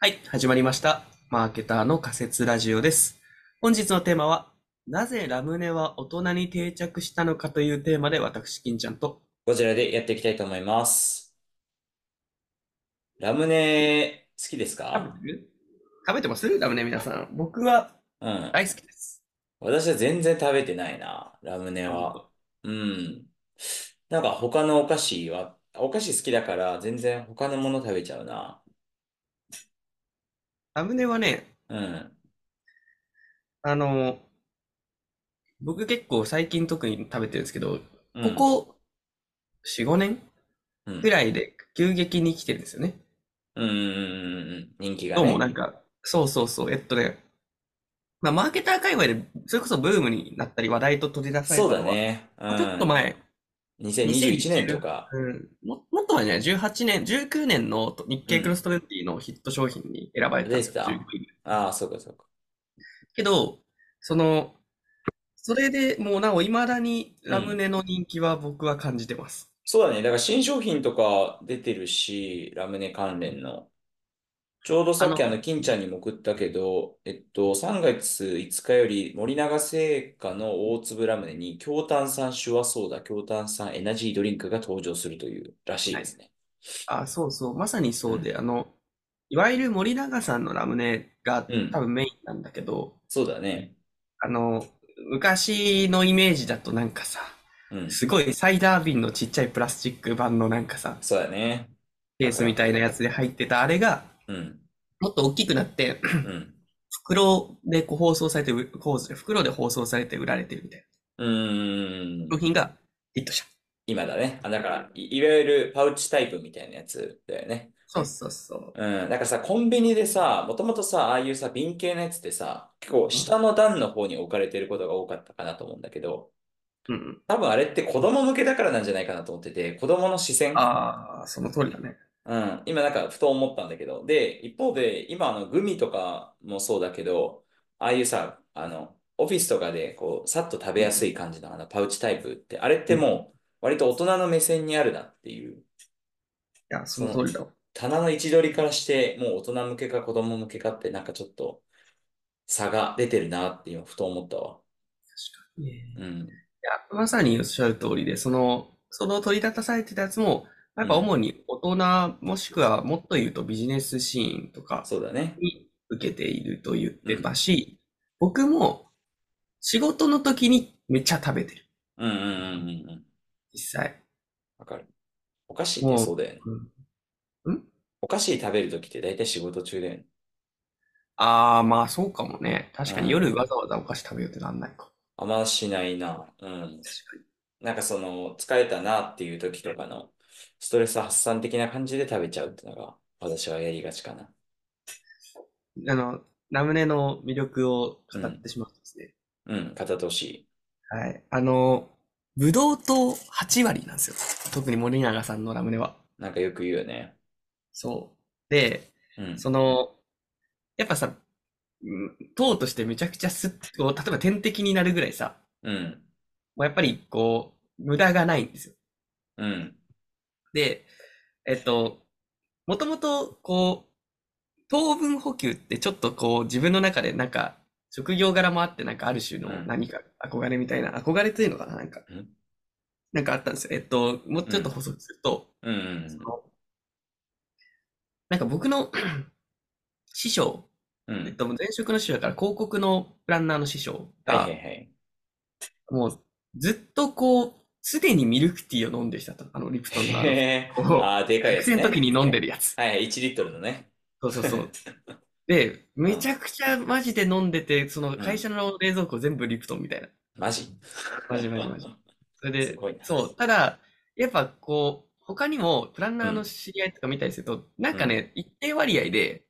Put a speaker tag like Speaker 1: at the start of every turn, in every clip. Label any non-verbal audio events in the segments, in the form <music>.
Speaker 1: はい、始まりました。マーケターの仮説ラジオです。本日のテーマは、なぜラムネは大人に定着したのかというテーマで、私、金ちゃんと。
Speaker 2: こちらでやっていきたいと思います。ラムネ、好きですか
Speaker 1: 食べてる食べてますラムネ皆さん。僕は
Speaker 2: うん。
Speaker 1: 大好きです。
Speaker 2: 私は全然食べてないな、ラムネは。うん。なんか他のお菓子は、お菓子好きだから全然他のもの食べちゃうな。
Speaker 1: ラムネはね、
Speaker 2: うん。
Speaker 1: あの、僕結構最近特に食べてるんですけど、
Speaker 2: う
Speaker 1: こ
Speaker 2: ん。
Speaker 1: こ4、5年
Speaker 2: うん
Speaker 1: ぐらいで急激に来てるんですよね。
Speaker 2: うんうんうんうん。人気が
Speaker 1: どう
Speaker 2: ね。
Speaker 1: もなんか、そうそうそう、えっとね、まあ、マーケター界隈で、それこそブームになったり、話題と取り出され
Speaker 2: そう
Speaker 1: た
Speaker 2: だ
Speaker 1: のは、
Speaker 2: ね。
Speaker 1: まあ
Speaker 2: う
Speaker 1: ち
Speaker 2: ん。
Speaker 1: ょっと前、
Speaker 2: 2021年とか。
Speaker 1: うん、も、もっと前じゃない、18年、19年の日経クロストレンティのヒット商品に選ばれてたんですよ、
Speaker 2: 出て
Speaker 1: 19位
Speaker 2: ああ、そうかそうか。
Speaker 1: けど、その、それでもうなお、いまだにラムネの人気は僕は感じてます。
Speaker 2: そうだね。だから新商品とか出てるし、ラムネ関連の。ちょうどさっき
Speaker 1: あ
Speaker 2: あの、金ちゃんにも送ったけど、えっと、3月5日より森永製菓の大粒ラムネに、強炭酸シュワソーダ、強炭酸エナジードリンクが登場するというらしいですね。
Speaker 1: あ、そうそう、まさにそうで、あの、いわゆる森永さんのラムネが
Speaker 2: うん
Speaker 1: 多分メインなんだけど、
Speaker 2: そうだね。
Speaker 1: あの、昔のイメージだとなんかさ、
Speaker 2: うん。
Speaker 1: すごいサイダー瓶のちっちゃいプラスチック版のなんかさ、
Speaker 2: そうだね。
Speaker 1: ケースみたいなやつで入ってたあれが、
Speaker 2: うん。
Speaker 1: もっと大きくなって、
Speaker 2: うん。
Speaker 1: 袋でこう包装されて、こう袋で包装されて売られてるみたいう
Speaker 2: ーん
Speaker 1: な。商。品がヒットした。
Speaker 2: 今だね。あ、だからい、いわゆるパウチタイプみたいなやつだよね。
Speaker 1: そうそうそう。
Speaker 2: うん、なんかさ、コンビニでさ、もともとさ、ああいうさ、瓶系のやつってさ、結構下の段の方に置かれてることが多かったかなと思うんだけど、
Speaker 1: うん。
Speaker 2: 多分あれって子供向けだからなんじゃないかなと思ってて、子供の視線、
Speaker 1: ああ、その通りだね。
Speaker 2: うん、今なんかふと思ったんだけど、で、一方で、今あのグミとかもそうだけど、ああいうさ、あの、オフィスとかでこう、さっと食べやすい感じのあのパウチタイプって、あれってもう、割と大人の目線にあるなっていう、
Speaker 1: いや、その通りだわ。
Speaker 2: 棚の位置取りからして、もう大人向けか子供向けかって、なんかちょっと差が出てるなって今、ふと思ったわ。
Speaker 1: 確かにね。
Speaker 2: うん。
Speaker 1: いや、まさにおっしゃる通りで、その、その取り立たされてたやつも、やっぱ主に大人、もしくはもっと言うとビジネスシーンとか
Speaker 2: そうだね。
Speaker 1: に受けていると言ってたし、僕も仕事の時にめっちゃ食べてる、
Speaker 2: うんうんうんうんうん。
Speaker 1: 実際。
Speaker 2: わかる。お菓子ってそうだよね。
Speaker 1: うん
Speaker 2: お菓子食べるときって大体仕事中だよね。
Speaker 1: ああ、まあそうかもね。確か
Speaker 2: う
Speaker 1: に
Speaker 2: ん
Speaker 1: 夜わざわざお菓子食べようってなんないか。
Speaker 2: あんましないな。う
Speaker 1: 確
Speaker 2: ん。
Speaker 1: かに。
Speaker 2: なんかその、疲れたなっていうときとかの、ストレス発散的な感じで食べちゃうってのが、私はやりがちかな。
Speaker 1: あの、ラムネの魅力を語ってしまうんですね。
Speaker 2: うん、片通し。
Speaker 1: はい。あの、ブドウ糖8割なんですよ。特に森永さんのラムネは。
Speaker 2: なんかよく言うよね。
Speaker 1: そう。で、
Speaker 2: うん。
Speaker 1: その、やっぱさ、うん糖としてめちゃくちゃすっこう、例えば点滴になるぐらいさ、
Speaker 2: うん。
Speaker 1: もうやっぱりこう、無駄がないんですよ。
Speaker 2: うん。
Speaker 1: で、えっと、もともとこう、糖分補給ってちょっとこう、自分の中でなんか、職業柄もあってなんかある種の
Speaker 2: うん
Speaker 1: 何か憧れみたいな、憧れというのかな、なんか
Speaker 2: うん、
Speaker 1: なんかあったんですよ。えっと、もうちょっと補足すると、
Speaker 2: うんうん
Speaker 1: そのなんか僕
Speaker 2: <laughs>
Speaker 1: の師匠、
Speaker 2: うん。う
Speaker 1: えっ
Speaker 2: ん。
Speaker 1: と、前職の師匠だから広告のプランナーの師匠
Speaker 2: はい
Speaker 1: が
Speaker 2: はい、はい。 <laughs>
Speaker 1: もうずっとこう、すでにミルクティーを飲んできたと。あの、リプトンのあ
Speaker 2: <laughs>
Speaker 1: の、
Speaker 2: へ
Speaker 1: こう
Speaker 2: ーあー、でかいや
Speaker 1: 学
Speaker 2: つ
Speaker 1: 生
Speaker 2: ね。
Speaker 1: の時に飲んでるやつ。
Speaker 2: はいはい、1リットルのね。
Speaker 1: そうそう <laughs> そう。で、めちゃくちゃマジで飲んでて、その会社の冷蔵庫全部リプトンみたいな。
Speaker 2: マジ
Speaker 1: マジマジマ
Speaker 2: <laughs>
Speaker 1: ジ。それ
Speaker 2: す
Speaker 1: で、
Speaker 2: ごいな。
Speaker 1: そう、ただ、やっぱこう、他にもプランナーの知り合いとか見たりすると、なんかね、一定割合で、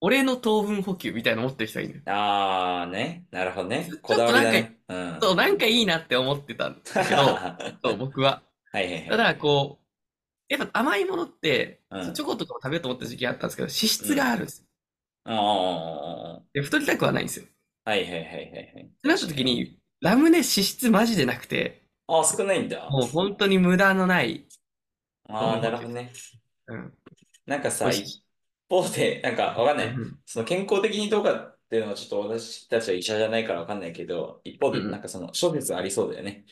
Speaker 1: 俺の糖分補給みたいなの持ってる人がいるのよ。
Speaker 2: あーね。なるほどね
Speaker 1: ちょっ。と
Speaker 2: こだわりだね。うん。
Speaker 1: そう、なんかいいなって思ってたん
Speaker 2: <laughs>
Speaker 1: だけ <laughs> ど、
Speaker 2: は
Speaker 1: そう、僕は。
Speaker 2: いはい
Speaker 1: た
Speaker 2: はい。
Speaker 1: だ、こう、やっぱ甘いものって、
Speaker 2: うん
Speaker 1: チョコとかも食べようと思った時期あったんですけど、脂質があるんですよ。
Speaker 2: うんうんうんうん
Speaker 1: で、太りたくはないんですよ。
Speaker 2: はいはいはいはいはい。
Speaker 1: ってなった時に、ラムネ脂質マジでなくて、
Speaker 2: あー、少ないんだ。
Speaker 1: もう本当に無駄のない。
Speaker 2: あー、なるほどね。
Speaker 1: うん。
Speaker 2: なんかさ、
Speaker 1: 美
Speaker 2: い
Speaker 1: 味しい
Speaker 2: 方で、なんかわかんない。
Speaker 1: うん
Speaker 2: その健康的にどうかっていうのはちょっと私たちは医者じゃないからわかんないけど、一方で
Speaker 1: うんうん
Speaker 2: なんかその諸説ありそうだよね。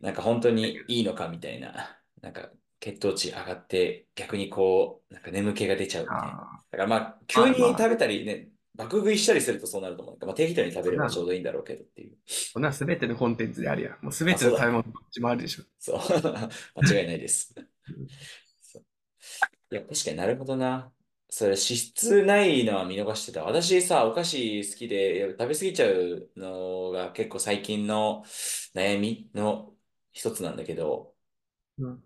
Speaker 2: なんか本当にいいのかみたいな。なんか血糖値上がって逆にこう、なんか眠気が出ちゃうみたいな。
Speaker 1: あ
Speaker 2: だからまあ、急に
Speaker 1: まあまあ
Speaker 2: 食べたりね、爆食いしたりするとそうなると思う。まあ、適当に食べればちょうどいいんだろうけどっていう。
Speaker 1: ーこんなすべてのコンテンツであるやん。もうすべての食べ物どっちもあるでしょ。
Speaker 2: そう。 <laughs> 間違いないです。そういや、確かになるほどな。それ脂質ないのは見逃してた。私さ、お菓子好きでいや食べ過ぎちゃうのが結構最近の悩みの一つなんだけど、
Speaker 1: うん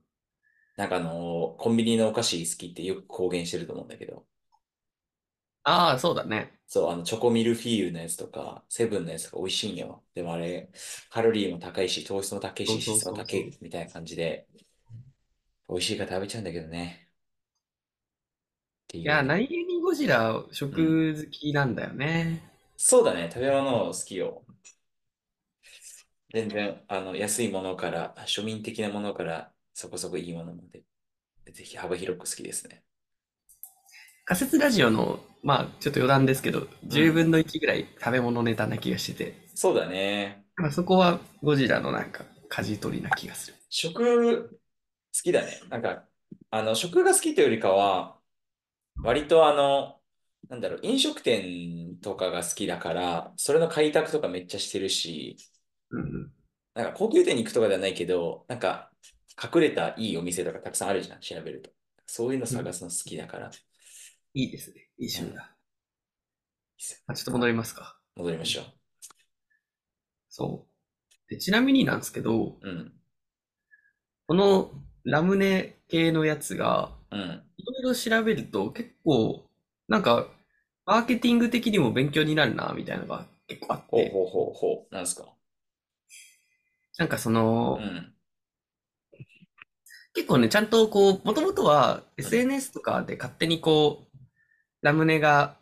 Speaker 2: なんかあの、コンビニのお菓子好きってよく公言してると思うんだけど、
Speaker 1: ああ、そうだね。
Speaker 2: そう、あの、チョコミルフィーユのやつとか、セブンのやつとか美味しいんよ。でもあれ、カロリーも高いし、糖質も高いし、
Speaker 1: そう
Speaker 2: 脂
Speaker 1: そう
Speaker 2: 質
Speaker 1: そ
Speaker 2: も
Speaker 1: う
Speaker 2: 高い
Speaker 1: そう
Speaker 2: みたいな感じで、美味しいから食べちゃうんだけどね。ってい
Speaker 1: いうやー、
Speaker 2: ね
Speaker 1: 何気にゴジラ食好きなんだよね。
Speaker 2: そうだね、食べ物好きよ。全然、あの、安いものから、庶民的なものから、そこそこいいものまで、ぜひ幅広く好きですね。
Speaker 1: 仮説ラジオの、まあちょっと余談ですけど、10分の1ぐらい食べ物ネタな気がしてて、
Speaker 2: そうだね。
Speaker 1: まあそこはゴジラのなんか舵取りな気がする。
Speaker 2: 食、好きだね。なんか、あの、食が好きというよりかは、割とあの、なんだろう、飲食店とかが好きだから、それの開拓とかめっちゃしてるし、
Speaker 1: うんうん。
Speaker 2: なんか高級店に行くとかではないけど、なんか隠れたいいお店とかたくさんあるじゃん、調べると。そういうの探すの好きだから、
Speaker 1: いいですね。いい趣味だ。
Speaker 2: すよ
Speaker 1: あ、ちょっと戻りますか。
Speaker 2: 戻りましょ
Speaker 1: そう。で、ちなみになんですけど、
Speaker 2: う。うん。
Speaker 1: このラムネ系のやつが、
Speaker 2: うん。
Speaker 1: いろいろ調べると結構、なんか、マーケティング的にも勉強になるな、みたいなのが結構あっ
Speaker 2: ほう
Speaker 1: て、
Speaker 2: ほうほうほう。なんすか。
Speaker 1: なんかそうの、
Speaker 2: ん。
Speaker 1: 結構ね、ちゃんとこう、もともとは SNS とかで勝手にこう、ラムネが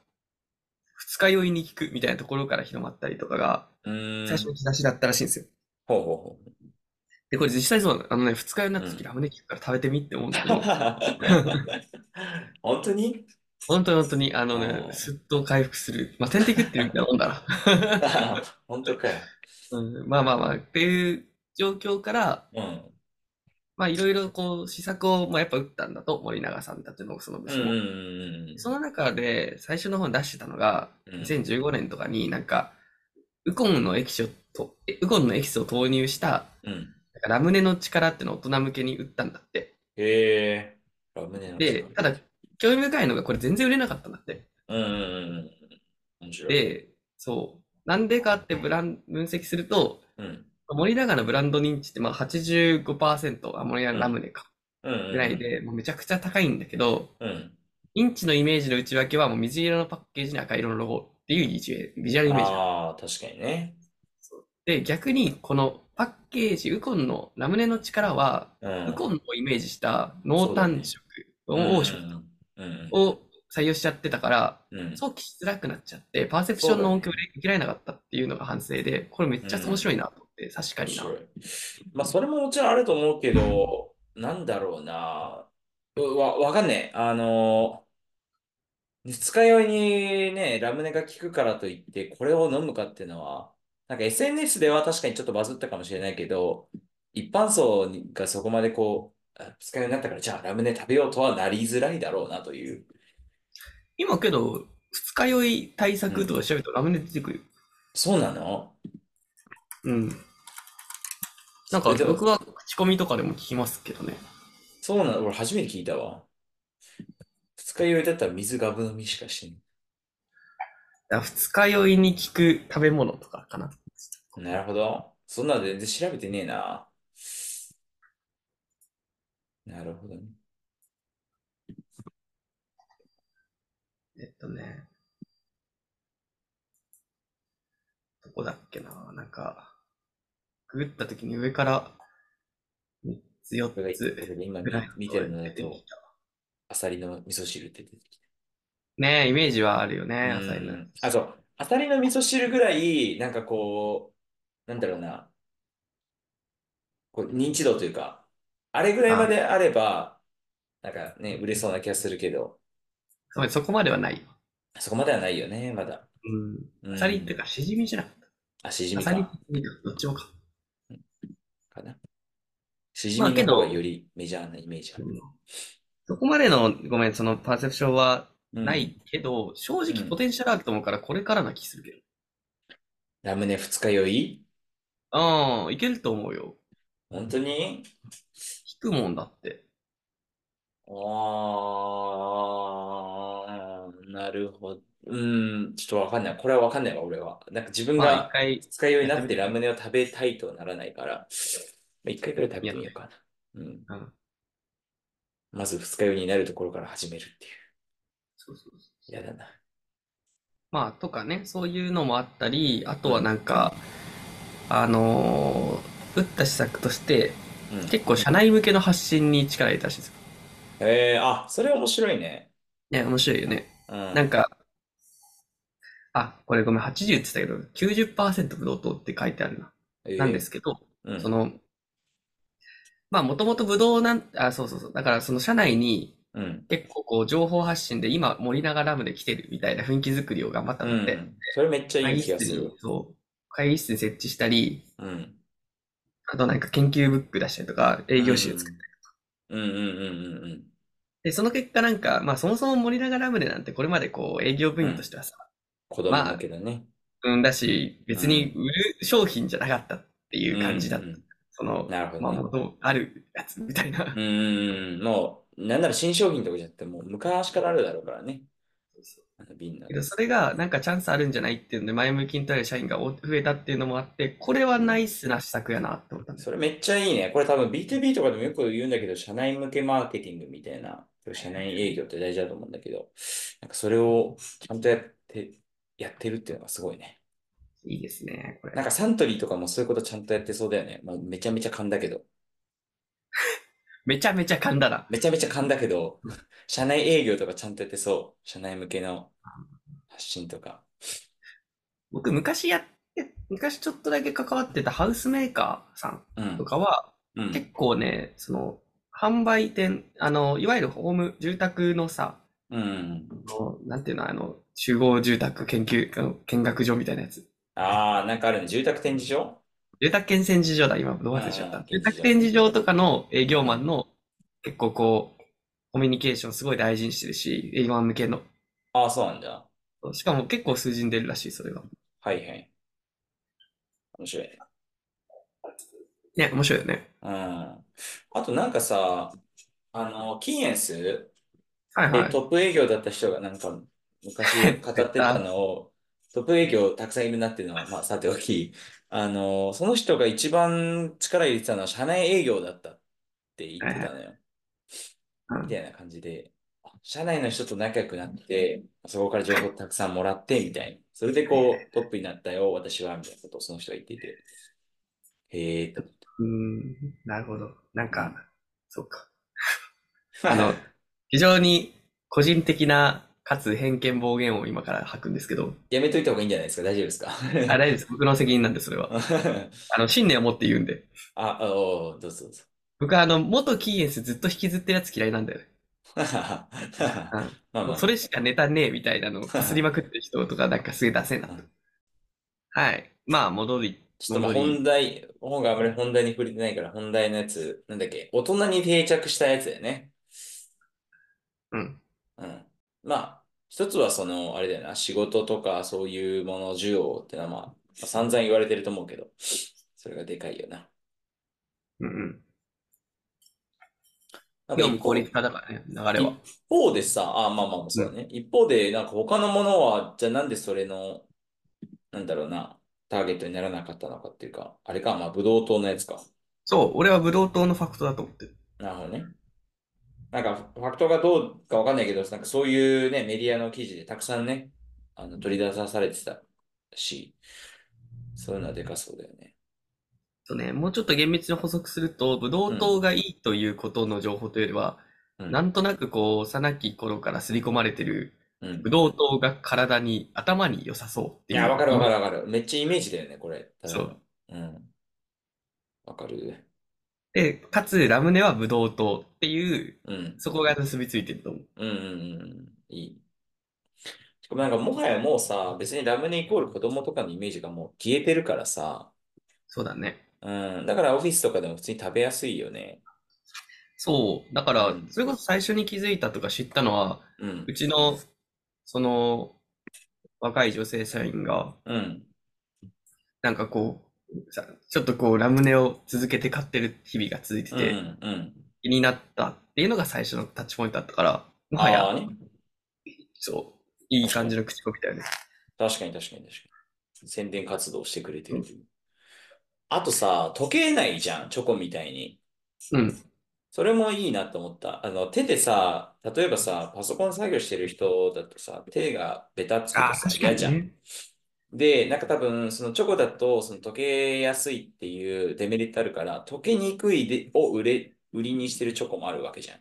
Speaker 1: 二日酔いに効くみたいなところから広まったりとかが、
Speaker 2: うーん。
Speaker 1: 最初の兆しだったらしいんですよ。
Speaker 2: ほうほ
Speaker 1: <laughs>
Speaker 2: う <laughs>
Speaker 1: で、これ実際そうなの。あのね、二日酔いになった
Speaker 2: う
Speaker 1: 時
Speaker 2: ん
Speaker 1: ラムネ効くから食べてみって思うんだけ
Speaker 2: ほ <laughs>
Speaker 1: ど
Speaker 2: う。、本当に <laughs>
Speaker 1: 本当に本当に、あの
Speaker 2: お
Speaker 1: ね、
Speaker 2: ー
Speaker 1: すっと回復する。まあ、点滴打ってるみたいなもんだな。
Speaker 2: 本当かよ。
Speaker 1: <laughs> うん、まあまあまあ、っていう状況から、
Speaker 2: うん。
Speaker 1: まあいろいろこう、施策を、まあやっぱ打ったんだと、森永さんだっていうのもその部
Speaker 2: う
Speaker 1: 署
Speaker 2: ん
Speaker 1: も。
Speaker 2: うん
Speaker 1: その中で最初の本出してたのが、
Speaker 2: うん
Speaker 1: 2015年とかになんか、ウコンのエキスをと、えウコンのエキスを投入した、
Speaker 2: うん。うん。
Speaker 1: なんかラムネの力っていうのを大人向けに売ったんだって。
Speaker 2: へえ。ラムネの
Speaker 1: で、ただ、興味深いのがこれ全然売れなかったんだって。
Speaker 2: うんうんうんうん。面白い。
Speaker 1: で、そう。なんでかってブラン分析すると、
Speaker 2: うん。
Speaker 1: 森永のブランド認知ってまあ85%、あ、森永ラムネか、
Speaker 2: うんうんうん
Speaker 1: ぐらいで、もうめちゃくちゃ高いんだけど、
Speaker 2: うん。
Speaker 1: 認知のイメージの内訳はもう水色のパッケージに赤色のロゴっていうビジュアルイメージ。
Speaker 2: ああ、確かにね。
Speaker 1: で、逆にこのパッケージ、ウコンのラムネの力は、
Speaker 2: うん。
Speaker 1: ウコンをイメージした濃淡色、
Speaker 2: うんうん
Speaker 1: 黄色
Speaker 2: うん
Speaker 1: を採用しちゃってたから、
Speaker 2: うん。
Speaker 1: 想起しづらくなっちゃって、パーセプションの恩恵を受けられなかったっていうのが反省で、これめっちゃ面白いなと思って、確か
Speaker 2: 面
Speaker 1: にな。
Speaker 2: 白い。まあ、それももちろんあると思うけど、なんだろうな。うわ、わかんねえ。あの、二日酔いにね、ラムネが効くからといって、これを飲むかっていうのは、なんか SNS では確かにちょっとバズったかもしれないけど、一般層がそこまでこう、あ二日酔いになったから、じゃあラムネ食べようとはなりづらいだろうなという。
Speaker 1: 今けど、二日酔い対策とか調べるとラムネ出てくるよ。
Speaker 2: そうなの
Speaker 1: うん。なんか
Speaker 2: えでも
Speaker 1: 僕は口コミとかでも聞きますけどね。
Speaker 2: そうなの俺初めて聞いたわ。二日酔いだったら水がぶ飲みしかしてない。
Speaker 1: だから二日酔いに効く食べ物とかかな。
Speaker 2: なるほど。そんなの全然調べてねえな。なるほどね。
Speaker 1: えっとね。どこだっけななんか、ググった時に上から3つ
Speaker 2: これ
Speaker 1: 4
Speaker 2: が
Speaker 1: つ
Speaker 2: これが今
Speaker 1: ぐらい
Speaker 2: 見見てるのだ
Speaker 1: 出て
Speaker 2: と
Speaker 1: き、た
Speaker 2: アサリの味噌汁って出てき
Speaker 1: ねえ、イメージはあるよ
Speaker 2: た。
Speaker 1: ね、野菜
Speaker 2: う
Speaker 1: の。
Speaker 2: んあ、そう。アサリの味噌汁ぐらい、なんかこう、なんだろうな。こう認知度というか、あれぐらいまであれば、なんかね、売れそうな気がするけど、
Speaker 1: ごめんそこまではない。
Speaker 2: そこまではないよね、まだ。
Speaker 1: うん。
Speaker 2: うん
Speaker 1: アサリっていうか、シジミじゃなかっ
Speaker 2: あ、しじ
Speaker 1: た。アサ
Speaker 2: み
Speaker 1: リ
Speaker 2: か。
Speaker 1: シジミか、どっちもか。
Speaker 2: かな。しじみの
Speaker 1: まあけ
Speaker 2: 方
Speaker 1: ど
Speaker 2: がよりメジャーなイメージある。
Speaker 1: そこまでの、ごめん、そのパーセプションは
Speaker 2: うん
Speaker 1: な。いけど、正直
Speaker 2: うん
Speaker 1: ポテンシャルあると思うから、これからな気するけど。
Speaker 2: ラムネ二日酔い
Speaker 1: ああ、いけると思うよ。
Speaker 2: 本当に
Speaker 1: 引くもんだって。
Speaker 2: あー、なるほど。うん、ちょっとわかんない。これはわかんないわ、俺は。なんか自分
Speaker 1: まあ、
Speaker 2: が
Speaker 1: 一回、
Speaker 2: 二日酔いになってラムネを食べたいとならないから、まあ一回くらい食べてみようかな。うん。
Speaker 1: うん、
Speaker 2: まず二日酔いになるところから始めるっていう。
Speaker 1: そうそうそう。
Speaker 2: 嫌だな。
Speaker 1: まあ、とかね、そういうのもあったり、あとはなんか、あのー打った施策として、
Speaker 2: うん。
Speaker 1: 結構社内向けの発信に力入れたらしいです。
Speaker 2: えー、あ、それ面白いね。
Speaker 1: ね、面白いよね。
Speaker 2: うん。
Speaker 1: なんか、あ、これごめん、80って言ってたけど、90%ブドウ糖って書いてあるな。
Speaker 2: えー
Speaker 1: なんですけど、
Speaker 2: うん
Speaker 1: その、まあ、もともとブドウなん、あ、そうそうそう。だから、その社内に
Speaker 2: うん。
Speaker 1: 結構こう、情報発信で、今、森永ラムで来てるみたいな雰囲気作りを頑張った
Speaker 2: う
Speaker 1: ので、
Speaker 2: ん。それめっちゃい
Speaker 1: 会
Speaker 2: い
Speaker 1: 議
Speaker 2: 気が
Speaker 1: 室
Speaker 2: す
Speaker 1: に
Speaker 2: る。、
Speaker 1: そう、会議室に設置したり、
Speaker 2: うん。
Speaker 1: あとなんか研究ブック出したりとか、営業集作って。
Speaker 2: うんうんうんうん
Speaker 1: で、その結果なんか、まあそもそも森永ラムネなんてこれまでこう営業部員としてはさ、
Speaker 2: 子供だけどね。
Speaker 1: うんだし、別に売る商品じゃなかったっていう感じだった。
Speaker 2: うんうん
Speaker 1: その、
Speaker 2: なるほ
Speaker 1: ま
Speaker 2: ど
Speaker 1: あ
Speaker 2: ね。
Speaker 1: 元々あるやつみたいな。
Speaker 2: うんうんうん。もう、なんなら新商品とかじゃなくて、もう昔からあるだろうからね。あの瓶の
Speaker 1: け。どそれがなんかチャンスあるんじゃないっていうんで前向きに取れる社員が増えたっていうのもあって、これはナイスな施策やなって思ったんですよ。
Speaker 2: それめっちゃいいね。これ多分 B2B とかでもよく言うんだけど、社内向けマーケティングみたいな、社内営業って大事だと思うんだけど、なんかそれをちゃんとやって、やってるっていうのがすごいね。
Speaker 1: いいですね、これ。
Speaker 2: なんかサントリーとかもそういうことちゃんとやってそうだよね。まあ、めちゃめちゃ勘だけど。
Speaker 1: めちゃめちゃ噛んだな。
Speaker 2: めちゃめちゃ勘だけど、社内営業とかちゃんとやってそう。社内向けの発信とか。
Speaker 1: 僕昔やって、昔ちょっとだけ関わってたハウスメーカーさ
Speaker 2: うんん
Speaker 1: と。かは、
Speaker 2: うん。
Speaker 1: 結構ね、その、販売店、あの、いわゆるホーム、住宅のさ、
Speaker 2: うん。
Speaker 1: あのなんていうの、あの、集合住宅研究、あの見学所みたいなやつ。
Speaker 2: ああ、なんかあるね。住宅展示場
Speaker 1: 住宅検戦事情だ、今、どう忘れちゃっ
Speaker 2: あ
Speaker 1: た。
Speaker 2: ー
Speaker 1: 住宅展示場とかの営業マンの、結構こう、コミュニケーションすごい大事にしてるし、営業マン向けの。
Speaker 2: ああ、そうなんだ。
Speaker 1: しかも結構数字に出るらしい、それが。
Speaker 2: はいはい。面白いね。
Speaker 1: ね、面白いよね。
Speaker 2: うん。あとなんかさ、あの、キーエンスで
Speaker 1: はいはい。
Speaker 2: トップ営業だった人がなんか昔語ってたのを、トップ営業たくさんいるなっていうのは、まあさておき、あの、その人が一番力入れてたのは社内営業だったって言ってたのよ。
Speaker 1: うん
Speaker 2: みたいな感じで、あ社内の人と仲良くなって、そこから情報たくさんもらって、みたいな。それでこう、トップになったよ、私は、みたいなことをその人が言っていて。へえ、と。
Speaker 1: うーん、なるほど。なんか、そうか。
Speaker 2: <laughs>
Speaker 1: あの、非常に個人的な、かつ偏見暴言を今から吐くんですけど、
Speaker 2: やめといた方がいいんじゃないですか大丈夫ですか
Speaker 1: あれです。僕の責任なんで、それは。あの、信念を持って言うんで。
Speaker 2: <laughs> あ、おうどうぞどうぞ。
Speaker 1: 僕はあの、元キーエンスずっと引きずってるやつ嫌いなんだよね。
Speaker 2: <laughs> まあまあ
Speaker 1: それしかネタねえみたいなのをかすりまくってる人とかなんかすげえ出せえなと
Speaker 2: うん。
Speaker 1: はい。まあ、戻り、
Speaker 2: ちょっとまあ
Speaker 1: 戻り
Speaker 2: 本題、本があまり本題に触れてないから、本題のやつ、なんだっけ、大人に定着したやつだよね。
Speaker 1: うん。
Speaker 2: うん。まあ、一つはその、あれだよな、仕事とかそういうもの需要ってのは、まあ、まあ散々言われてると思うけど、それがでかいよな。
Speaker 1: うんうん。
Speaker 2: なんか
Speaker 1: 業務
Speaker 2: 一方
Speaker 1: 効率化だからね、流れは。
Speaker 2: 一方でさ、あ、まあまあまあ、そうだね。一方で、なんか他のものは、じゃあなんでそれの、なんだろうな、ターゲットにならなかったのかっていうか、あれか、まあ、ブドウ糖のやつか。
Speaker 1: そう、俺はブドウ糖のファクトだと思ってる。
Speaker 2: なるほどね。なんか、ファクトがどうかわかんないけど、なんかそういうね、メディアの記事でたくさんね、あの取り出されてたし、そういうのはでかそうだよね。
Speaker 1: そうね、もうちょっと厳密に補足すると、ブドウ糖がいいということの情報というよりは、
Speaker 2: うん
Speaker 1: なんとなくこう、幼き頃から刷り込まれてる、
Speaker 2: うん
Speaker 1: ブ。ドウ糖が体に、頭に良さそうって
Speaker 2: い
Speaker 1: いう。
Speaker 2: や、わかるわかるわかる。めっちゃイメージだよね、これ。
Speaker 1: そう。
Speaker 2: うん。わかる。
Speaker 1: で、かつ、ラムネはブドウ糖っていう、
Speaker 2: うん。
Speaker 1: そこが結びついてると思う。
Speaker 2: うんうんうん。いい。しかもなんかもはやもうさ、別にラムネイコール子供とかのイメージがもう消えてるからさ、
Speaker 1: そうだね。
Speaker 2: うん、だからオフィスとかでも普通に食べやすいよね。
Speaker 1: そう。だか
Speaker 2: う
Speaker 1: ら
Speaker 2: ん、
Speaker 1: それこそ最初に気づいたとか知ったのは、
Speaker 2: うん
Speaker 1: う、ちの、その、若い女性社員が、
Speaker 2: うん、
Speaker 1: なんかこう、さちょっとこう、ラムネを続けて買ってる日々が続いて
Speaker 2: うん、
Speaker 1: て、
Speaker 2: うん。
Speaker 1: 気になったっていうのが最初のタッチポイントだったから、もは
Speaker 2: ああ
Speaker 1: や、
Speaker 2: ね、
Speaker 1: そう、いい感じの口コミだよね。
Speaker 2: 確かに確かに確かに。宣伝活動してくれてる。あとさ、溶けないじゃん、チョコみたいに。
Speaker 1: うん、
Speaker 2: それもいいなと思った。あの、手でさ、例えばさ、パソコン作業してる人だとさ、手がベタつくと
Speaker 1: ああ、
Speaker 2: さ、
Speaker 1: 確か
Speaker 2: 嫌
Speaker 1: に
Speaker 2: じゃん。
Speaker 1: ね。
Speaker 2: で、なんか多分、そのチョコだと、その溶けやすいっていうデメリットあるから、溶けにくいでを売れ、売りにしてるチョコもあるわけじゃん。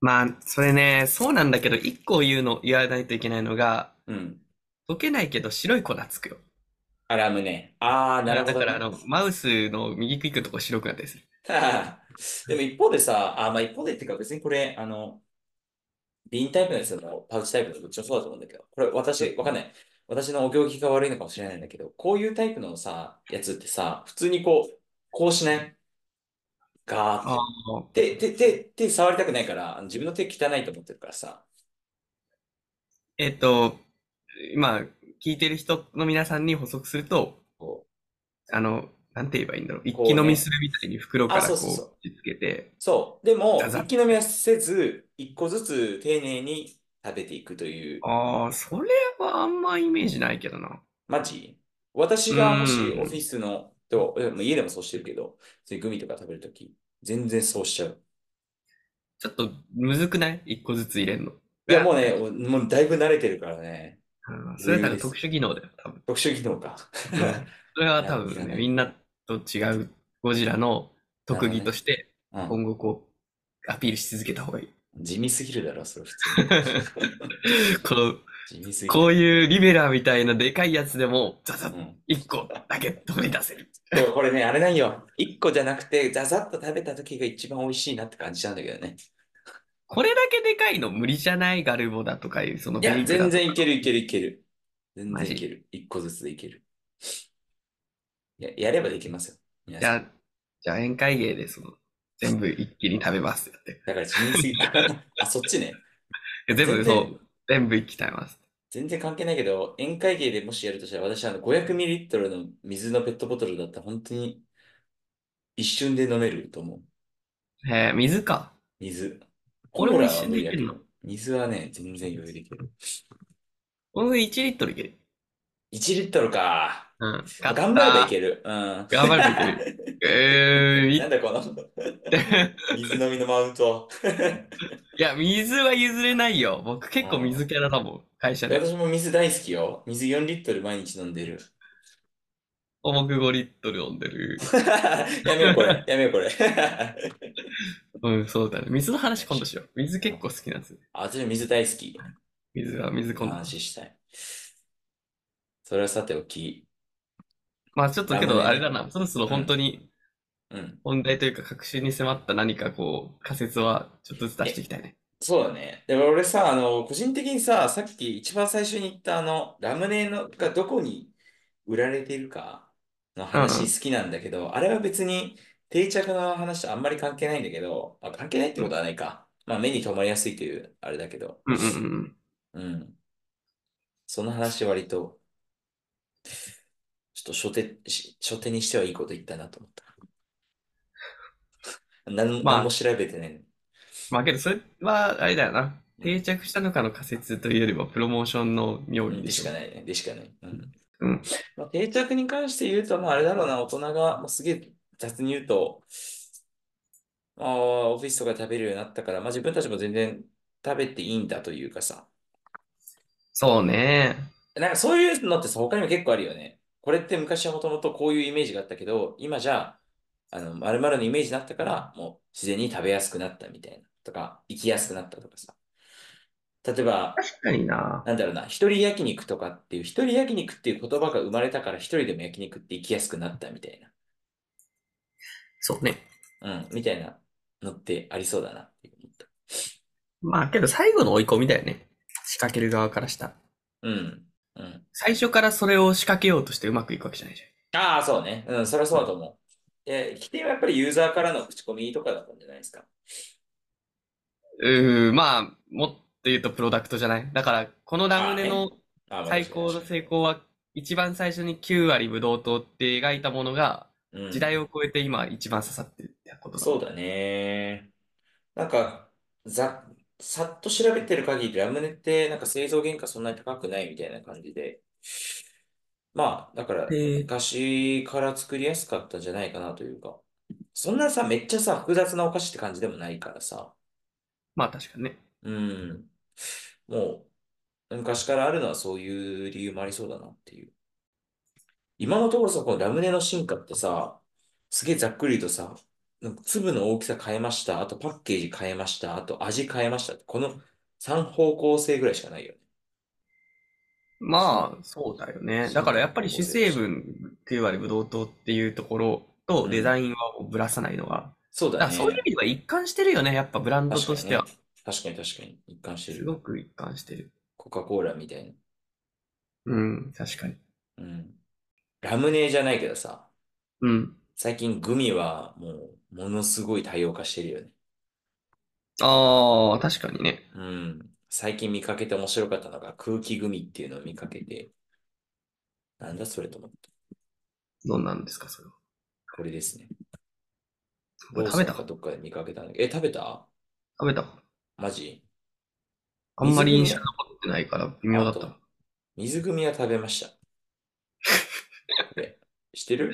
Speaker 1: まあ、それね、そうなんだけど、一個言うの、言わないといけないのが、
Speaker 2: うん。
Speaker 1: 溶けないけど白い粉つくよ。
Speaker 2: アラムね。ああ、なるほ
Speaker 1: だ
Speaker 2: ど
Speaker 1: か
Speaker 2: ね
Speaker 1: ら、あの、マウスの右クリックのとこ白くなったりする。
Speaker 2: <laughs> でも一方でさ、あ、まあ一方でっていうか別にこれ、あの、瓶タイプのやつもパウチタイプのどっちもそうだと思うんだけど、これ私、わかんない。私のお行儀が悪いのかもしれないんだけど、こういうタイプのさ、やつってさ、普通にこう、こうしないガー
Speaker 1: あ
Speaker 2: っ
Speaker 1: あ、
Speaker 2: て。手、手、手、手触りたくないから、あの自分の手汚いと思ってるからさ。
Speaker 1: えっと、今、聞いてる人の皆さんに補足すると、
Speaker 2: こう
Speaker 1: あの、なんて言えばいいんだろう。一
Speaker 2: こう
Speaker 1: 気
Speaker 2: ね
Speaker 1: 飲みするみたいに袋から
Speaker 2: あそ
Speaker 1: こ
Speaker 2: うそうそう
Speaker 1: う、つけて、
Speaker 2: そう。でも、
Speaker 1: ザザ
Speaker 2: 一気飲みはせず、一個ずつ丁寧に食べていくという。
Speaker 1: ああ、それはあんまイメージないけどな。
Speaker 2: マジ私がもし
Speaker 1: うん
Speaker 2: オフィスの、といやまあ家でもそうしてるけど、そういうグミとか食べるとき、全然そうしちゃう。
Speaker 1: ちょっと、むずくない一個ずつ入れんの。
Speaker 2: いや、もうね、おもうだいぶ慣れてるからね。
Speaker 1: うんそれは多分特殊技能だよ、多分。
Speaker 2: 特殊技能か。
Speaker 1: <laughs> それは多分
Speaker 2: いやいや
Speaker 1: ね、みんなと違うゴジラの特技として、
Speaker 2: うん
Speaker 1: 今後こう、アピールし続けた方がいい。 <laughs>
Speaker 2: 地味すぎるだろ、それ普通に。
Speaker 1: この、<laughs>
Speaker 2: 地味すぎる。
Speaker 1: こういうリベラみたいなでかいやつでも、ザザッ、
Speaker 2: うん
Speaker 1: 1個だけ取り出せる。
Speaker 2: でもこれね、あれなんよ。一個じゃなくて、ざざっと食べたときが一番美味しいなって感じなんだけどね。
Speaker 1: これだけでかいの無理じゃないガルボだとかいう、その
Speaker 2: いや、
Speaker 1: ベイクだ
Speaker 2: 全然いけるいけるいける。全
Speaker 1: マ
Speaker 2: 然
Speaker 1: ジ
Speaker 2: いける。一個ずつでいける。いや、やればできますよ。皆
Speaker 1: じ
Speaker 2: さん
Speaker 1: ゃあ、じゃあ宴会芸でその、全部一気に食べますってやって。
Speaker 2: だから地味すぎ
Speaker 1: <laughs>
Speaker 2: た。あ、そっちね。
Speaker 1: いや全部
Speaker 2: 全然
Speaker 1: そう、全部一気に食べます。
Speaker 2: 全然関係ないけど、宴会芸でもしやるとしたら、私はあの500ミリリットルの水のペットボトルだったら、本当に一瞬で飲めると思う。
Speaker 1: えー、水か。
Speaker 2: 水。
Speaker 1: これも一瞬でいけるの
Speaker 2: コーラは無理だけど水はね、全然余裕でいける。
Speaker 1: この1リットルいける。
Speaker 2: 1リットルか。
Speaker 1: うん。
Speaker 2: 頑張ればい
Speaker 1: る。
Speaker 2: ける。うん。
Speaker 1: 頑張ればいけ
Speaker 2: <laughs>
Speaker 1: る。えー、い
Speaker 2: なんだこの <laughs> 水飲みのマウント。
Speaker 1: <laughs> いや、水は譲れないよ。僕結構水キャラだもん、会社で。
Speaker 2: 私も水大好きよ。水4リットル毎日飲んでる。 <laughs>
Speaker 1: 僕5リットル飲んでる。
Speaker 2: やめようこ
Speaker 1: <laughs>
Speaker 2: れ。やめようこれ。 <laughs>
Speaker 1: うん、そうだね。水の話今度しよう。水結構好きなんですよ。
Speaker 2: あ、私も水大好き。
Speaker 1: 水は、水今度。
Speaker 2: 話したい。それはさておき。
Speaker 1: まあちょっとけ
Speaker 2: なるほ
Speaker 1: ど、
Speaker 2: どね
Speaker 1: あれだな。そろそろ本当に
Speaker 2: うん。
Speaker 1: 本題というか、確信に迫った何かこう、仮説はちょっとずつ出していきたいね。
Speaker 2: そうだね。でも俺さ、あの、個人的にさ、さっき一番最初に言ったあの、ラムネのがどこに売られているかの話
Speaker 1: うん
Speaker 2: 好きなんだけど、あれは別に定着の話とあんまり関係ないんだけど、あ、関係ないってことはないか。まあ目に留まりやすいという、あれだけど。
Speaker 1: うんうんうん。
Speaker 2: うん。その話割と、ちょっと初手、し初手にしてはいいこと言ったなと思
Speaker 1: <laughs>
Speaker 2: った。なんも、
Speaker 1: まあ
Speaker 2: 何も調べてない。
Speaker 1: まあけど、それはあれだよな。定着したのかの仮説というよりは、プロモーションの妙義
Speaker 2: で
Speaker 1: で
Speaker 2: し
Speaker 1: し
Speaker 2: か
Speaker 1: ょ。
Speaker 2: ないね。でしかない。うん。
Speaker 1: うん
Speaker 2: まあ、定着に関して言うと、まあ、あれだろうな、大人が、まあ、すげえ雑に言うと、まあ、オフィスとか食べるようになったから、まあ、自分たちも全然食べていいんだというかさ。
Speaker 1: そうね。
Speaker 2: なんかそういうのってさ、他にも結構あるよね。これって昔はもともとこういうイメージがあったけど、今じゃあ、あの、〇〇のイメージになったから、もう自然に食べやすくなったみたいな。とか、生きやすくなったとかさ。例えば、
Speaker 1: 確かにな。
Speaker 2: なんだろうな、一人焼肉とかっていう、一人焼肉っていう言葉が生まれたから、一人でも焼肉って行きやすくなったみたい
Speaker 1: そうね。
Speaker 2: な、うん、みたいなのってありそうだなって思った。
Speaker 1: まあ、けど最後の追い込みだよね。仕掛ける側からしたら。
Speaker 2: うん。うん。
Speaker 1: 最初からそれを仕掛けようとしてうまくいくわけじゃないじ
Speaker 2: ああ、そうね。うん、そりゃそうだと思う。で、規定はやっぱりユーザーからの口コミとかだったんじゃないですか。
Speaker 1: ゃん。うーん、まあ、もっと言うとプロダクトじゃない。だから、このラムネの
Speaker 2: ああ、
Speaker 1: 最高の成功は、一番最初に9割ブドウ糖って描いたものが、
Speaker 2: うん
Speaker 1: 時代を超えて今一番刺さってるってことだ
Speaker 2: そうだね。なんか、ざ、さっと調べてる限り、ラムネってなんか製造原価そんなに高くないみたいな感じで。まあ、だか
Speaker 1: へ
Speaker 2: ら、
Speaker 1: え
Speaker 2: 昔から作りやすかったんじゃないかなというか。そんなさ、めっちゃさ、複雑なお菓子って感じでもないからさ。
Speaker 1: まあ確かにね。
Speaker 2: うん。もう、昔からあるのはそういう理由もありそうだなっていう。今のところさ、このラムネの進化ってさ、すげえざっくり言うとさ、なんか粒の大きさ変えました、あとパッケージ変えました、あと味変えましたって、この3方向性ぐらいしかないよね。
Speaker 1: まあ、そうだよね。だからやっぱり主成分9割ブドウ糖っていうところとデザインはぶらさないのが、
Speaker 2: そうだ
Speaker 1: だから
Speaker 2: ね。
Speaker 1: そういう意味では一貫してるよね。やっぱブランドとしては。
Speaker 2: 確かにね。確かに確かに。一貫して
Speaker 1: す
Speaker 2: る。
Speaker 1: ごく一貫してる。
Speaker 2: コカ・コーラみたいな。
Speaker 1: うん、確かに。
Speaker 2: うん。ラムネじゃないけどさ、
Speaker 1: うん。
Speaker 2: 最近グミはもう、ものすごい多様化してるよね。
Speaker 1: ああ、確かにね。
Speaker 2: うん。最近見かけて面白かったのが空気グミっていうのを見かけて、なんだそれと思って、
Speaker 1: どんなんですか、それは。
Speaker 2: これですね。
Speaker 1: これ食べた
Speaker 2: ローソンかどっかで見かけたんだけど、え、食べた
Speaker 1: 食べた
Speaker 2: マジ
Speaker 1: あんまり印象残ってないから微妙だった。
Speaker 2: 水グミは食べま
Speaker 1: <laughs>
Speaker 2: した。え、してる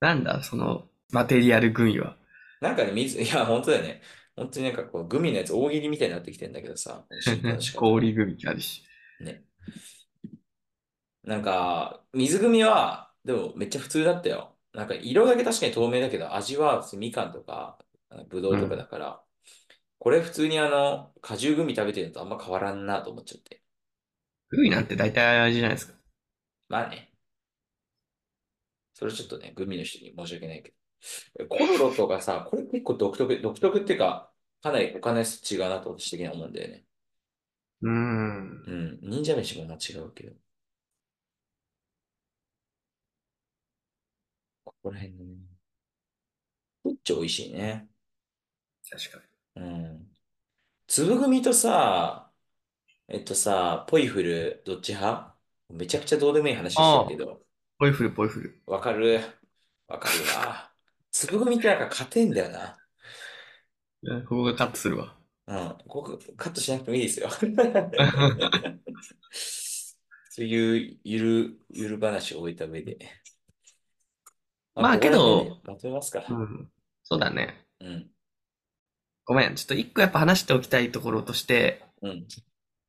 Speaker 1: なんだ、その、マテリアル群位は。
Speaker 2: なんかね、水、いや、本当だよね。本当になんかこう、グミのやつ大喜利みたいになってきてんだけど
Speaker 1: <laughs>
Speaker 2: さ、楽しかった。
Speaker 1: 氷組あるし。
Speaker 2: なんか、水グミは、でもめっちゃ普通だったよ。なんか色だけ確かに透明だけど、味はみかんとか、ぶどうとかだから、これ普通にあの、果汁グミ食べてるのとあんま変わらんなと思っちゃって。
Speaker 1: グミなんて大体あれじゃないですか。
Speaker 2: まあね。それちょっとね、グミの人に申し訳ないけど。コロロとかさ、これ結構独特、独特っていうか、かなり他のやつと違うなと私的には思うんだよね。
Speaker 1: うーん。
Speaker 2: うん、忍者飯もまあ違うけど。ここら辺のね。こっち美味しいね。
Speaker 1: 確かに。
Speaker 2: うん。粒組とさ、えっとさ、ポイフル、どっち派めちゃくちゃどうでもいい話してるけど、
Speaker 1: ポイフル、ポイフル。
Speaker 2: わかる。わかるわ。 <laughs> 粒組ってなんか勝てんだよな。
Speaker 1: うんここがカットするわ。
Speaker 2: うん。ここカットしなくてもいいですよ。そういうゆる、ゆる話を置いた上で。
Speaker 1: まあけど
Speaker 2: ここら辺でねまとめますか。
Speaker 1: うん。 <laughs> そうだね。
Speaker 2: うん。
Speaker 1: ごめん。ちょっと一個やっぱ話しておきたいところとして、
Speaker 2: うん。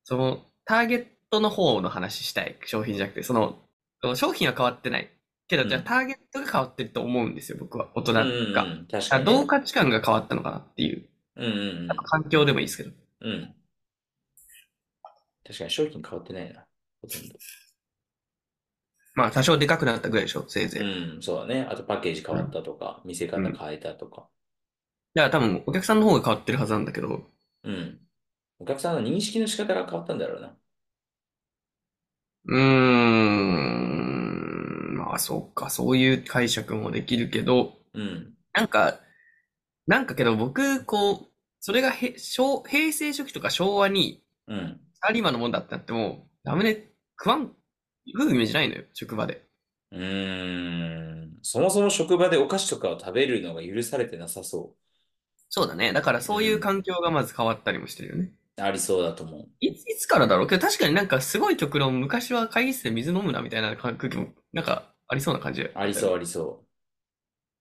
Speaker 1: その、ターゲットの方の話したい。商品じゃなくて、その、商品は変わってない。けど、じゃ
Speaker 2: う
Speaker 1: あ
Speaker 2: ん
Speaker 1: ターゲットが変わってると思うんですよ、僕は。大人が。
Speaker 2: うん
Speaker 1: だか
Speaker 2: うん、確からにね
Speaker 1: どう価値観が変わったのかなっていう。
Speaker 2: うんうん
Speaker 1: 環境でもいいですけど。
Speaker 2: うん。うん。確かに商品変わってないな。ほとんど。
Speaker 1: まあ、多少でかくなったぐらいでしょ、せいぜい。
Speaker 2: うん、そうだね。あとパッケージ変わったとか、見せ方変えたとか。
Speaker 1: だから多分、お客さんの方が変わってるはずなんだけど、
Speaker 2: うん。お客さんの認識の仕方が変わったんだろうな。
Speaker 1: うーん、まあ、そうか、そういう解釈もできるけど、
Speaker 2: うん。
Speaker 1: なんか、なんかけど僕、こう、それがへ昭平成初期とか昭和に
Speaker 2: うん。
Speaker 1: サラリーマンのもんだってなっても、ラムネ食わん、食うイメージないのよ、職場で。
Speaker 2: うーん。そもそも職場でお菓子とかを食べるのが許されてなさそ
Speaker 1: そうだね。だからそういう環境がまず変わったりもしてるよね。
Speaker 2: う。ありそうだと思う。
Speaker 1: いつ、いつからだろうけど確かになんかすごい極論、昔は会議室で水飲むなみたいな空気も、なんかありそうな感じ。
Speaker 2: ありそう、ありそう。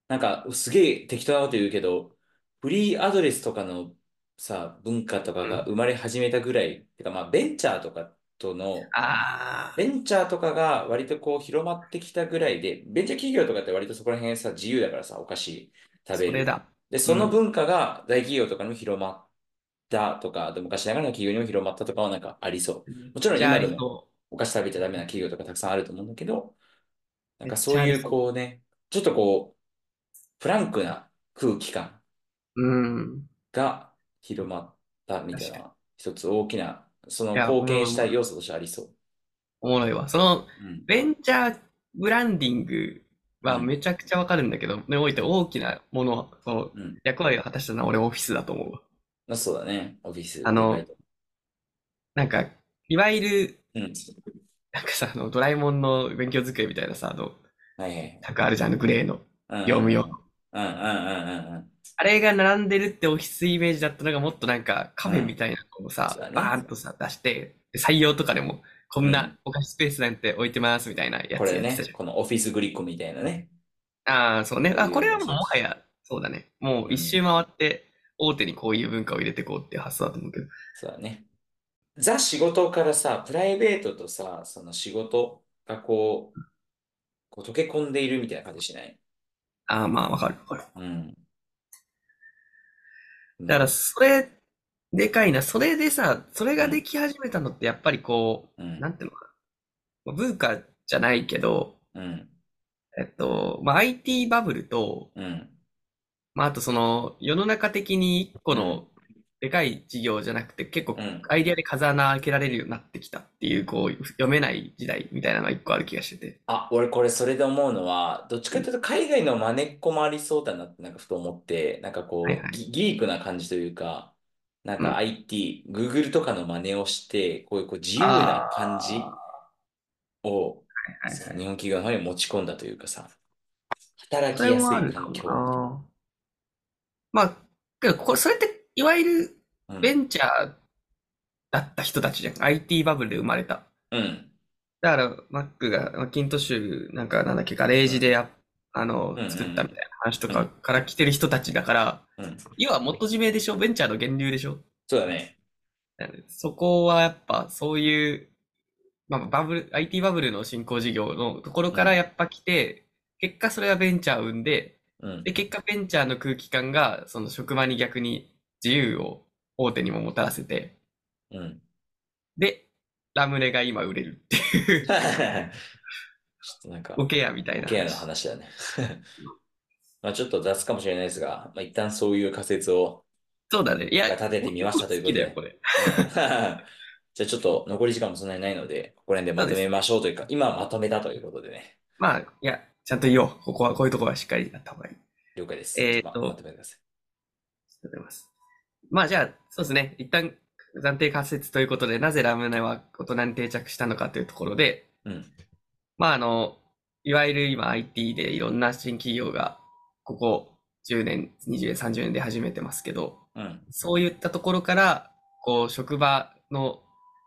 Speaker 2: なんか、すげえ適当なこと言うけど、フリーアドレスとかのさ、文化とかが生まれ始めたぐらい、てかまあ、ベンチャーとかとの、
Speaker 1: ああ、
Speaker 2: ベンチャーとかが割とこう広まってきたぐらいで、ベンチャー企業とかって割とそこら辺さ、自由だからさ、お菓子食
Speaker 1: そ
Speaker 2: べ
Speaker 1: れ
Speaker 2: る。
Speaker 1: だ。
Speaker 2: で、その文化が大企業とかにも広まったとか、あと昔ながらの企業にも広まったとかはなんかありそう。もちろん
Speaker 1: じゃあ
Speaker 2: 今
Speaker 1: あ
Speaker 2: で
Speaker 1: り
Speaker 2: も
Speaker 1: そう。
Speaker 2: お菓子食べちゃダメな企業とかたくさんあると思うんだけど、なんかそう
Speaker 1: めっちゃあり
Speaker 2: いう
Speaker 1: そう
Speaker 2: こうね、ちょっとこう、フランクな空気感
Speaker 1: うん。
Speaker 2: が広まったみたい
Speaker 1: 確
Speaker 2: な、一つ大きな、その
Speaker 1: いや
Speaker 2: 貢献したい要素としてありそう。
Speaker 1: おもろいわ。その、
Speaker 2: うん。
Speaker 1: ベンチャーブランディングは
Speaker 2: うん
Speaker 1: めちゃくちゃわかるんだけど、において大きなもの、その
Speaker 2: うん
Speaker 1: 役割を果たしたのは俺オフィスだと思うわ。
Speaker 2: まあそうだね、オフィス。
Speaker 1: あの
Speaker 2: 意外と
Speaker 1: なんか、いわゆる、
Speaker 2: うん。
Speaker 1: なんかさ、あの、ドラえもんの勉強机みたいなさ、あの、
Speaker 2: はいはい
Speaker 1: なんかあるじゃん、あのグレーの、
Speaker 2: はい。
Speaker 1: 業務用。
Speaker 2: うんうんうんうんうん。
Speaker 1: あれが並んでるってオフィスイメージだったのがもっとなんかカフェみたいなのを
Speaker 2: うん
Speaker 1: さ
Speaker 2: そうだ、ね
Speaker 1: バーンとさ、出して、採用とかでも、こんなお菓子スペースなんて置いてますみたいなや
Speaker 2: こ
Speaker 1: つや
Speaker 2: れ
Speaker 1: って
Speaker 2: ね
Speaker 1: たじ、
Speaker 2: このオフィスグリッコみたいなね。
Speaker 1: ゃん。ああ、そうね。あ、これはもう
Speaker 2: そうそうそう
Speaker 1: もはや、そうだね。もう一周回って、大手にこういう文化を入れていこうっていう発想だと思うけど。
Speaker 2: そうだね。ザ仕事からさ、プライベートとさ、その仕事がこう、こう溶け込んでいるみたいな感じしない
Speaker 1: ああ、まあわかるわかる。
Speaker 2: うん。
Speaker 1: だから、それ、でかいな。それでさ、それができ始めたのってやっぱりこ
Speaker 2: うん、
Speaker 1: う、なんていうのかな。文化じゃないけど、
Speaker 2: うん、
Speaker 1: えっと、まあ、IT バブルと、
Speaker 2: うん、
Speaker 1: まあ、あとその世の中的に一個のでかい事業じゃなくて結構
Speaker 2: うん
Speaker 1: アイデアで風穴開けられるようになってきたっていうこう読めない時代みたいなのが一個ある気がしてて。
Speaker 2: あ、俺これそれで思うのは、どっちかというと海外のまねっこもありそうだなってなんかふと思って、なんかこ
Speaker 1: は
Speaker 2: う、
Speaker 1: いはい
Speaker 2: ギ、ギークな感じというか、なん
Speaker 1: うん
Speaker 2: か IT、Google とかの真似をして、こういうこう自由な感じ
Speaker 1: は
Speaker 2: を
Speaker 1: い
Speaker 2: その日本企業の方に持ち込んだというかさ、働
Speaker 1: そ
Speaker 2: き
Speaker 1: れ
Speaker 2: や
Speaker 1: も
Speaker 2: す
Speaker 1: あ
Speaker 2: い
Speaker 1: るか
Speaker 2: 環
Speaker 1: も
Speaker 2: 境。
Speaker 1: な。まあ、けどこれ、それっていわゆる
Speaker 2: うん、
Speaker 1: ベンチャーだった人たちじゃん。IT バブルで生まれた。
Speaker 2: うん、
Speaker 1: だから、マックが、マッキントッシュなんかなんだっけ、ガレージであ、あの
Speaker 2: うんう、ん
Speaker 1: 作ったみたいな話とかから来てる人たちだから、
Speaker 2: うん、
Speaker 1: 要は元締めでしょ、ベンチャーの源流でしょ。
Speaker 2: そうだね。
Speaker 1: そこはやっぱそういう、まあ、バブル、IT バブルの新興事業のところからやっぱ来て、結果それがベンチャーを生んで、
Speaker 2: うん
Speaker 1: で、、結果ベンチャーの空気感が、その職場に逆に自由を大手にももたらせて、
Speaker 2: うん。
Speaker 1: で、ラムネが今売れるっていう、
Speaker 2: ちょ <laughs> っとなんか、
Speaker 1: オケアみたいな
Speaker 2: ケアの
Speaker 1: 話。
Speaker 2: 話だね。 <laughs> まあちょっと雑かもしれないですが、まあ、一旦そういう仮説を
Speaker 1: そうだね。いや、
Speaker 2: 立ててみましたということ
Speaker 1: <laughs>
Speaker 2: で
Speaker 1: 好
Speaker 2: <laughs>
Speaker 1: きだよ、これ。
Speaker 2: じゃあちょっと残り時間もそんなにないので、ここら辺でまとめましょうというか、今はまとめたということでね、
Speaker 1: まあ、いや、ちゃんと言おう。ここは、こういうところはしっかりやった方がいい。
Speaker 2: 了解です。
Speaker 1: えーと
Speaker 2: まあまとめてくださ
Speaker 1: あ
Speaker 2: い。
Speaker 1: りがとうございます。まあじゃあ、そうですね。一旦暫定仮説ということで、なぜラムネは大人に定着したのかというところで、
Speaker 2: うん、
Speaker 1: まああの、いわゆる今 IT でいろんな新企業が、ここ10年、20年、30年で始めてますけど、
Speaker 2: うん、
Speaker 1: そういったところから、こう、職場の、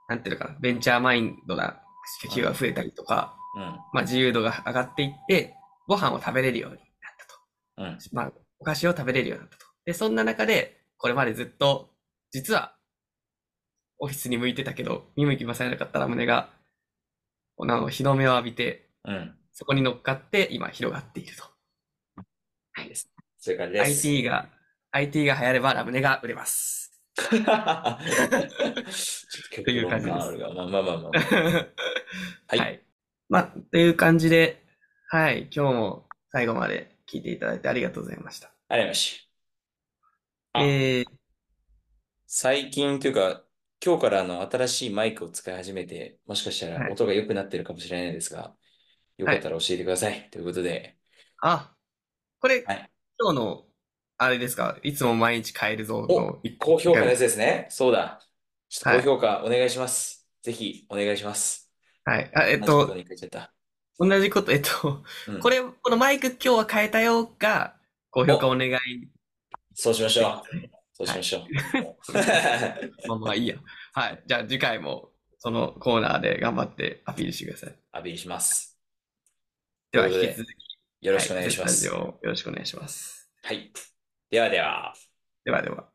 Speaker 1: なんていうのかな、ベンチャーマインドな企業が増えたりとか、
Speaker 2: うん、
Speaker 1: まあ自由度が上がっていって、ご飯を食べれるようになったと。
Speaker 2: うん、
Speaker 1: まあ、お菓子を食べれるようになったと。で、そんな中で、これまでずっと、実は、オフィスに向いてたけど、見向きもされなかったラムネが、この日の目を浴びて、
Speaker 2: うん。
Speaker 1: そこに乗っかって、今広がっていると。はい。
Speaker 2: そういう感じです。
Speaker 1: IT が、IT が流行ればラムネが売れます。
Speaker 2: <laughs> ちょっ
Speaker 1: <laughs>
Speaker 2: と
Speaker 1: という感じです
Speaker 2: 結論があるが、まあまあまあまあまあ。
Speaker 1: は。
Speaker 2: <laughs> はいい
Speaker 1: まあ、という感じで、はい、今日も最後まで聞いていただいてありがとうございました。
Speaker 2: ありましあ
Speaker 1: えー、
Speaker 2: 最近というか、今日からあの新しいマイクを使い始めて、もしかした
Speaker 1: は
Speaker 2: ら
Speaker 1: い
Speaker 2: 音が良くなってるかもしれないですが、よかったら教えてください。ということで、
Speaker 1: あ、これ、
Speaker 2: はい
Speaker 1: 今日の、あれですか、いつも毎日買えるぞの一個
Speaker 2: 高評価のやつですね。そうだ。ちょっ
Speaker 1: はい
Speaker 2: と高評価お願いします。ぜひお願いします。
Speaker 1: はい。あ、えっ
Speaker 2: 同じこと
Speaker 1: と、
Speaker 2: に書いちゃった。
Speaker 1: 同じこと、えっと、
Speaker 2: うん
Speaker 1: これ、このマイク今日は変えたよが、高評価お願い。
Speaker 2: そうしましょう。そうしましょう。 <laughs>
Speaker 1: まあまあいいや。はい。じゃあ次回も、そのコーナーで頑張ってアピールしてください。
Speaker 2: アピールします。
Speaker 1: では、
Speaker 2: ということで
Speaker 1: 引き続き、
Speaker 2: よろしくお願いしま
Speaker 1: は
Speaker 2: す。
Speaker 1: い、ラジオをよろしくお願いします。
Speaker 2: はい。ではでは。
Speaker 1: ではでは。